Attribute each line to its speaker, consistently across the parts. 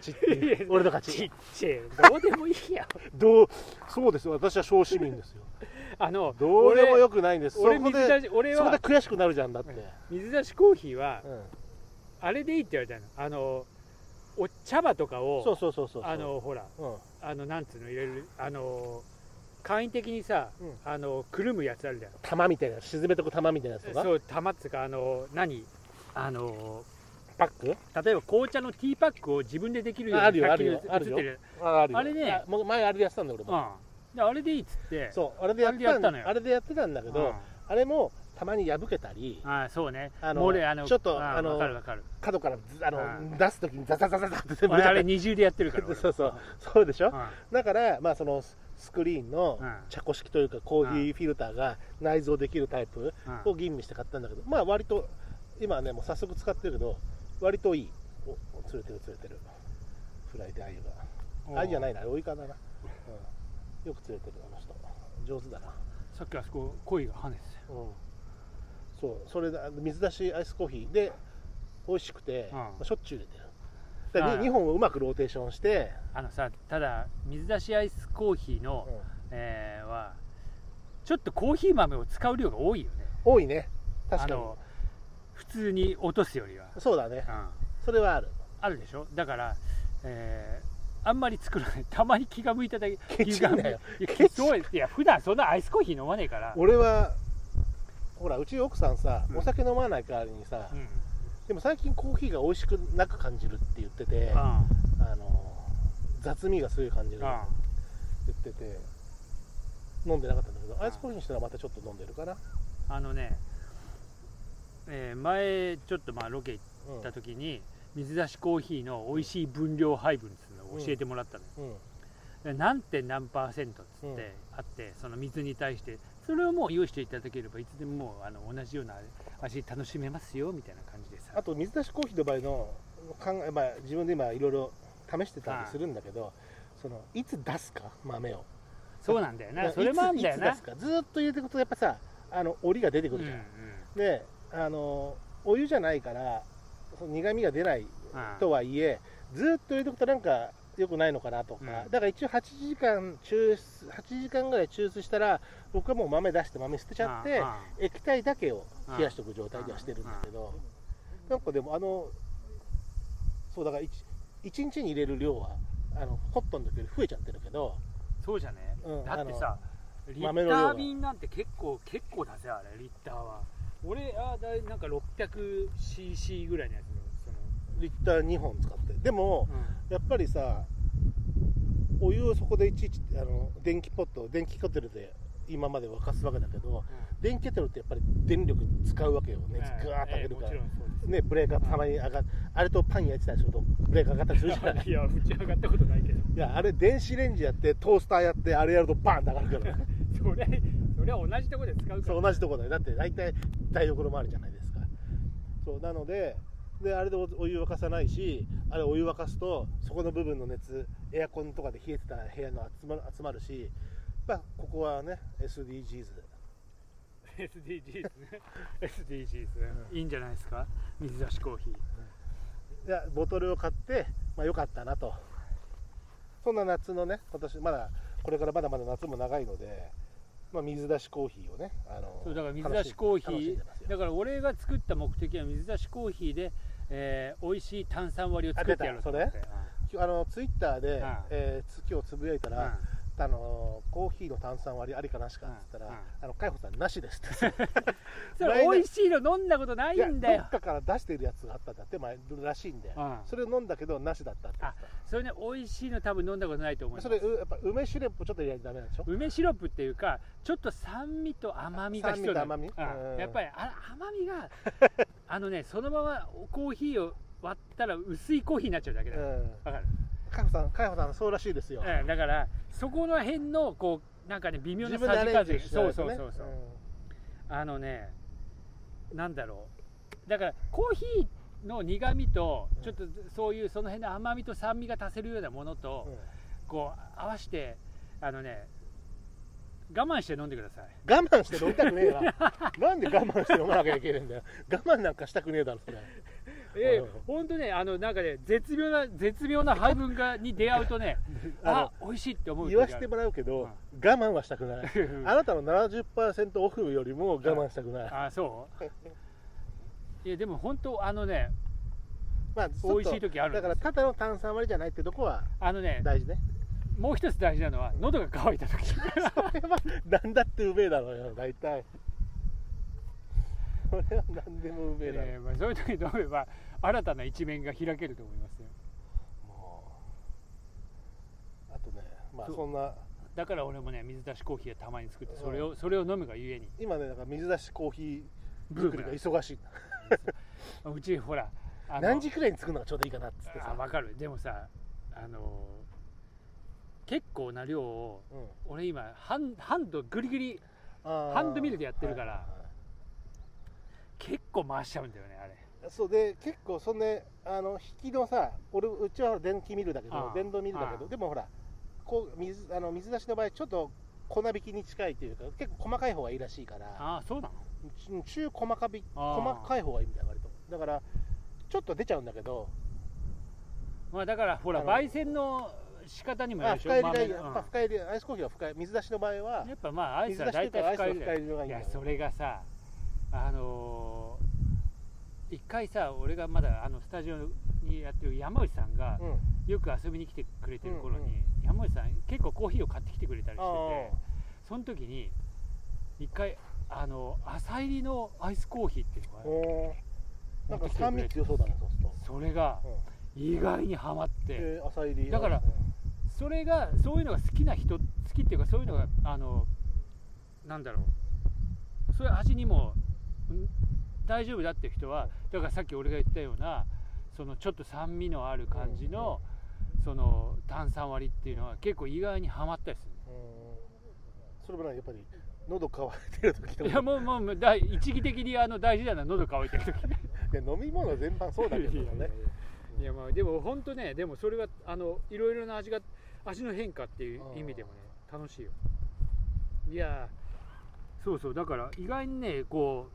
Speaker 1: ちっていう 俺の勝
Speaker 2: ち
Speaker 1: ち
Speaker 2: っちゃいどうでもいいや
Speaker 1: どうそうですよ私は小市民ですよ
Speaker 2: あの
Speaker 1: どうでも
Speaker 2: 俺
Speaker 1: よくないんです
Speaker 2: 俺
Speaker 1: そこ
Speaker 2: 水
Speaker 1: で
Speaker 2: 出し俺
Speaker 1: そこで
Speaker 2: は
Speaker 1: 悔しくなるじゃんだって、
Speaker 2: 水出しコーヒーは
Speaker 1: うん
Speaker 2: あれでいいって言われたのあのお茶葉とかを
Speaker 1: そうそうそうそう
Speaker 2: あのほら
Speaker 1: うん
Speaker 2: あのなんつうの入れるあの簡易的にさ、
Speaker 1: うん
Speaker 2: あのくるむやつあるじゃん
Speaker 1: 玉みたいな沈めとく玉みたいなやつとか
Speaker 2: そう玉っつうかあの何あの
Speaker 1: パック
Speaker 2: 例えば紅茶のティーパックを自分でできるように
Speaker 1: あるよ
Speaker 2: さっ
Speaker 1: あ
Speaker 2: き
Speaker 1: るよあるよ
Speaker 2: 映ってる
Speaker 1: ああるよ
Speaker 2: あれね
Speaker 1: もう前あれでやってたんだよ俺も、
Speaker 2: うんであれでいいっつって
Speaker 1: そうあれでやってたん
Speaker 2: あれでやったのよ
Speaker 1: あれでやってたんだけど、
Speaker 2: うん
Speaker 1: あれもたまに破けたり
Speaker 2: ああそうね
Speaker 1: あの
Speaker 2: もう俺あの
Speaker 1: ちょっと
Speaker 2: あ
Speaker 1: あの
Speaker 2: わかるわかる
Speaker 1: 角からずあの、
Speaker 2: うん
Speaker 1: 出す時にザザザザザって全部
Speaker 2: 俺
Speaker 1: 出ちゃ
Speaker 2: あ
Speaker 1: っ
Speaker 2: れ
Speaker 1: た
Speaker 2: 二重でやってるから俺
Speaker 1: そうそうそうでしょ、
Speaker 2: うん
Speaker 1: だからまあそのススクリーンの
Speaker 2: うん
Speaker 1: 茶こ式というかコーヒーフィルターが内蔵できるタイプ
Speaker 2: う
Speaker 1: を
Speaker 2: ん
Speaker 1: 吟味して買ったんだけどまあ割と今はねもう早速使ってるけど割といいおお釣れてる釣れてるフライでアユがアユじゃないなおイカだな、うん、よく釣れてるあの人上手だな
Speaker 2: さっきあそこ鯉が跳ねてたよ
Speaker 1: うんそうそれであの水出しアイスコーヒーで美味しくて、
Speaker 2: うん
Speaker 1: まあしょっちゅう入れてるだから
Speaker 2: ああ
Speaker 1: 2本をうまくローテーションして、
Speaker 2: あのさただ水出しアイスコーヒーの、
Speaker 1: うん
Speaker 2: えーはちょっとコーヒー豆を使う量が多いよね
Speaker 1: 多いね確
Speaker 2: あ
Speaker 1: かに
Speaker 2: の普通に落とすよりは、
Speaker 1: そうだね
Speaker 2: うん、
Speaker 1: それはある
Speaker 2: あるでしょだから、えーあんまり作らない たまに気が向いただけ
Speaker 1: ケチんなよ
Speaker 2: 気が向いいやそういや普段そんなアイスコーヒー飲まねえから、
Speaker 1: 俺はほらうち奥さんさ、
Speaker 2: うん
Speaker 1: お酒飲まない代わりにさ、
Speaker 2: うん
Speaker 1: でも最近コーヒーが美味しくなく感じるって言ってて、あ
Speaker 2: あ
Speaker 1: の雑味がすごい感じるって
Speaker 2: あ
Speaker 1: 言ってて飲んでなかったんだけどアイスコーヒーにしたらまたちょっと飲んでるかな、
Speaker 2: あのね、えー前ちょっとまあロケ行
Speaker 1: うん
Speaker 2: った時に水出しコーヒーの美味しい分量配分っていうのを教えてもらったのよ、
Speaker 1: うん
Speaker 2: で何点何パーセントっつ
Speaker 1: う
Speaker 2: っ
Speaker 1: ん
Speaker 2: てあって、その水に対してそれをもう用意していただければいつでももうあの同じような味楽しめますよみたいな感じでさ
Speaker 1: あと水出しコーヒーの場合の考え、まあ、自分で今いろいろ試してたりするんだけど、そのいつ出すか豆を
Speaker 2: そうなんだよ
Speaker 1: い
Speaker 2: な
Speaker 1: つ
Speaker 2: それもあんだよ
Speaker 1: い
Speaker 2: な
Speaker 1: つ出すかずーっと入れていくとやっぱさあの檻が出てくるじゃん、であのお湯じゃないからその苦みが出ないとはいえ、ずっと入れておくとなんか良くないのかなとか、
Speaker 2: うん
Speaker 1: だから一応8時間抽出8時間ぐらい抽出したら僕はもう豆出して豆捨てちゃって液体だけを冷やしておく状態にはしてるんだけどなんかでもあのそうだから 1, 日に入れる量はあのコットンの時より増えちゃってるけど
Speaker 2: そうじゃね、
Speaker 1: うん
Speaker 2: だってさリッタ
Speaker 1: 豆の量は
Speaker 2: ー瓶なんて結構結構だぜあれリッターは俺あだいなんか 600cc ぐらいのやつだよ
Speaker 1: リッター2本使ってでも
Speaker 2: その、
Speaker 1: やっぱりさお湯をそこでいちいちあの電気ポット電気ケトルで今まで沸かすわけだけど電気ケトルってやっぱり電力使うわけよ
Speaker 2: うん
Speaker 1: ね
Speaker 2: ええ
Speaker 1: ガーッと上げるから、
Speaker 2: ええもちろんそうです
Speaker 1: ねブレーカーたまに上があれとパン焼いてたりするとブレーカー上がったりするじゃない
Speaker 2: いや打ち上がったことないけど
Speaker 1: いやあれ電子レンジやってトースターやってあれやるとバーンって上がるからね
Speaker 2: それそれは同じとこで使うから
Speaker 1: そう同じとこだよだって大体台所もあるじゃないですかそうなのでであれでおお湯沸かさないしあれお湯沸かすとそこの部分の熱エアコンとかで冷えてた部屋の集まる集まるしまあここはね SDGs
Speaker 2: SDGs ね SDGs ね、いいんじゃないですか水出しコーヒー
Speaker 1: いやボトルを買って、まあ、よかったなとそんな夏のね今年まだこれからまだまだ夏も長いので、まあ、水出しコーヒーをねあの
Speaker 2: そうだから水出しコーヒ
Speaker 1: 楽しん
Speaker 2: ー
Speaker 1: でますよ
Speaker 2: だから俺が作った目的は水出しコーヒーで、えー、美味しい炭酸割りを作ってやろうと思って
Speaker 1: きょあのツイッターで、
Speaker 2: うん
Speaker 1: えーつ今日つぶやいた
Speaker 2: うん
Speaker 1: ら、あのコーヒーの炭酸割りありかなしかって言ったら、
Speaker 2: うんうん
Speaker 1: あの海保さんなしですって
Speaker 2: それ
Speaker 1: 来年
Speaker 2: 美味しいの飲んだことない
Speaker 1: いや
Speaker 2: んだ
Speaker 1: ど
Speaker 2: よ
Speaker 1: っかから出してるやつがあったんだって前らしいんで、
Speaker 2: うん
Speaker 1: それを飲んだけどなしだったって言ってた
Speaker 2: それね美味しいの多分飲んだことないと思います
Speaker 1: それうやっぱ梅シロップちょっと入れないとダメなんでしょ
Speaker 2: 梅シロップっていうかちょっと酸味と甘みが必要なの
Speaker 1: 酸味と甘み
Speaker 2: うん
Speaker 1: うん
Speaker 2: やっぱりあ甘み があのねそのままコーヒーを割ったら薄いコーヒーになっちゃうだけだよ
Speaker 1: うん
Speaker 2: わかる、
Speaker 1: 海保さん海保さんそうらしいですよ、
Speaker 2: うん、だからそこの辺のこうなんかね微妙
Speaker 1: 自
Speaker 2: な
Speaker 1: 分で
Speaker 2: さ
Speaker 1: ア
Speaker 2: じ加
Speaker 1: レンジ
Speaker 2: 減
Speaker 1: し
Speaker 2: そう
Speaker 1: ないと
Speaker 2: そう
Speaker 1: ね
Speaker 2: そうそう、
Speaker 1: ん
Speaker 2: あのね、なんだろう、だからコーヒーの苦味と、ちょっとそういうその辺の甘みと酸味が足せるようなものと、こう合わせて、あのね、我慢して飲んでください。
Speaker 1: 我慢して飲みたくねえななんで我慢して飲まなきゃいけねえんだよ我慢なんかしたくねえだろそれ
Speaker 2: えー、本当ね、あのなんかね、絶妙な、絶妙な配分がに出会うと ね、あ美味しいって思う
Speaker 1: 言わせてもらうけど、我慢はしたくない、あなたの70%オフよりも我慢したくない。
Speaker 2: あそういや、でも本当、あのね、
Speaker 1: まあ、
Speaker 2: 美味しい時ある
Speaker 1: だから、ただの炭酸割りじゃないってとこは
Speaker 2: あのね、
Speaker 1: 大事ね。
Speaker 2: もう一つ大事なのは、喉が渇いた時それ
Speaker 1: は、なんだってうめえだろうよ、大体。それは何でもうめえだろ う、
Speaker 2: えーまあ、そういう時に飲めば、新たな一面が開けると思いますよ。
Speaker 1: もうあとね、まあ、そんな。
Speaker 2: だから俺もね、水出しコーヒーはたまに作って、それを、それを飲むがゆえに。
Speaker 1: 今ね、だから水出しコーヒー作りが忙しい。
Speaker 2: うち、ほら、
Speaker 1: 何時くらいに作るのがちょうどいいかなっつってさ。
Speaker 2: わかる。でもさ、あの結構な量を、うん、俺今ハンハンドグリグリハンドミルでやってるから、はいはい、結構回しちゃうんだよねあれ
Speaker 1: そうで結構そんであの引きのさ俺うちは電気ミルだけど電動ミルだけどでもほらこう水あの水出しの場合ちょっと粉引きに近いというか結構細かい方がいいらしいから
Speaker 2: あそうな
Speaker 1: の中細かび細かい方がいいみたいな割とだからちょっと出ちゃうんだけど
Speaker 2: まあだからほら焙煎の仕方にも
Speaker 1: よるでしょ、まあ、深入りが、うん、深入りアイスコーヒーは深い水出しの場合は
Speaker 2: やっぱまあアイスは大体深入りだよいやそれがさあのー、一回さ俺がまだあのスタジオにやってる山内さんが、うん、よく遊びに来てくれてる頃に、うんうん、山内さん結構コーヒーを買ってきてくれたりしててその時に一回あの朝入りのアイスコーヒーっていうの
Speaker 1: がなんか酸味強そうだねそうする
Speaker 2: とそれが、意外にはまって、
Speaker 1: えー、朝入り
Speaker 2: だから、それがそういうのが好きな人好きっていうかそういうのがあのなんだろうそういう味にも大丈夫だっていう人はだからさっき俺が言ったようなそのちょっと酸味のある感じの、うん、その炭酸割りっていうのは結構意外にはまったりする、ね、
Speaker 1: それもやっぱり喉乾いてる時と
Speaker 2: かいやもうもうだ一義的にあの大事なのは喉乾いてる時
Speaker 1: いや飲み物全般そうだけどねいやいや
Speaker 2: いやまあでも本当ねでもそれはあのいろいろな味が味の変化っていう意味でもね楽しいよいやそうそうだから意外にねこ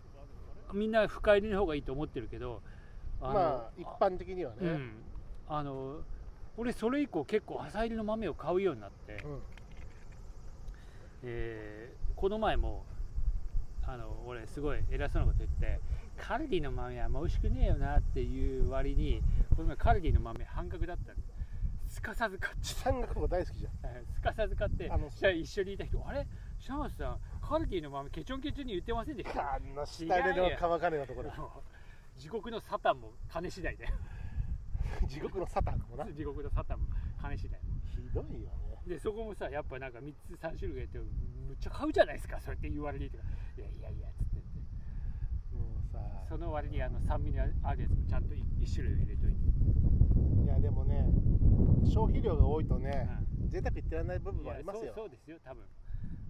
Speaker 2: うみんな深入りの方がいいと思ってるけど
Speaker 1: まあ一般的にはね、うん、
Speaker 2: あの俺それ以降結構浅入りの豆を買うようになって、うん、えー、この前もあの俺すごい偉そうなこと言ってカルディの豆はもう美味しくねえよなっていう割にこの前カルディの豆半額だったんですかさず買って
Speaker 1: 半額も大好きじゃん
Speaker 2: すかさず買ってあの一緒にいた人あれシャマスさんカルディの豆ケチョンケチョンに言ってませんでした
Speaker 1: あんな下での乾かねえの ところ
Speaker 2: 地獄のサタンも金次第だよ
Speaker 1: 地獄のサタンもな
Speaker 2: 地獄のサタンも金次第
Speaker 1: ひどいよね
Speaker 2: でそこもさやっぱなんか3つ3種類やってむっちゃ買うじゃないですかそうやって言われていやいやいやつってその割にあの酸味のあるやつもちゃんと1種類入れとい
Speaker 1: ていやでもね消費量が多いとね、うん、贅沢いってられない部分もありますよ
Speaker 2: そうですよ多分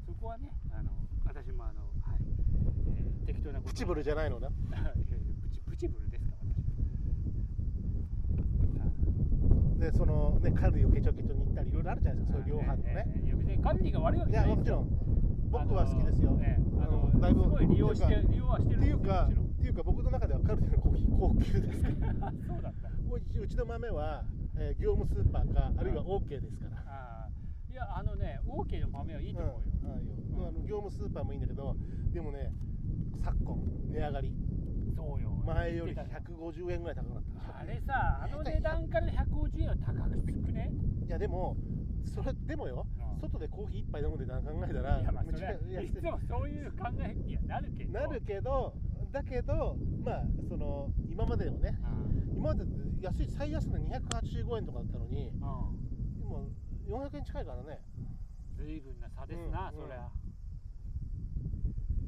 Speaker 2: そこはねあの私もあの、はいえー、適当な
Speaker 1: プチブ ルじゃないのね
Speaker 2: プチプチブルですか
Speaker 1: でそのねカルディをケチョケチョに行ったりいろいろあるじゃないですかそういう量販のね、
Speaker 2: えー、いや別にカルディが悪いわけじゃない
Speaker 1: ですよいやもちろん僕は好きですよ、
Speaker 2: ね、あのだいぶすごい利用して利用はしてる
Speaker 1: っていうかっていうか僕の中ではカルディのコーヒー高級ですから
Speaker 2: そうだった
Speaker 1: うちの豆は、えー、業務スーパーかあるいは OK ですから、
Speaker 2: あいやあのね OK の豆はいいと思うよ,、うん
Speaker 1: うん、あの業務スーパーもいいんだけどでもね昨今値上がり
Speaker 2: そうよ
Speaker 1: 前より150円ぐらい高くなった
Speaker 2: あれさあの値段から150円は高くね
Speaker 1: いやでもそれでもよ、うん、外でコーヒー一杯飲む値段考えたら
Speaker 2: いやまあそれいつもそういう考えにはなるけど
Speaker 1: なるけどだけどまあその今までもね、うん、今まで安い最安値285円とかだったのに、うん、今400円近いからね
Speaker 2: 随分な差ですな、うん、そりゃ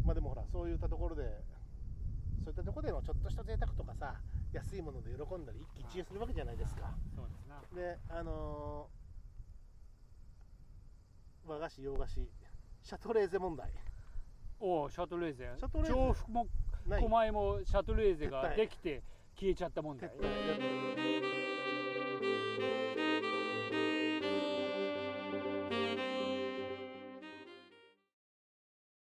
Speaker 1: まあでもほらそういったところでそういったところでのちょっとした贅沢とかさ安いもので喜んだり一喜一憂するわけじゃないですか
Speaker 2: そうですな
Speaker 1: であのー和菓子洋菓子シャトレーゼ問題
Speaker 2: おおシャトレーゼシャトレーゼ調布も狛江もシャトレーゼができて消えちゃった問題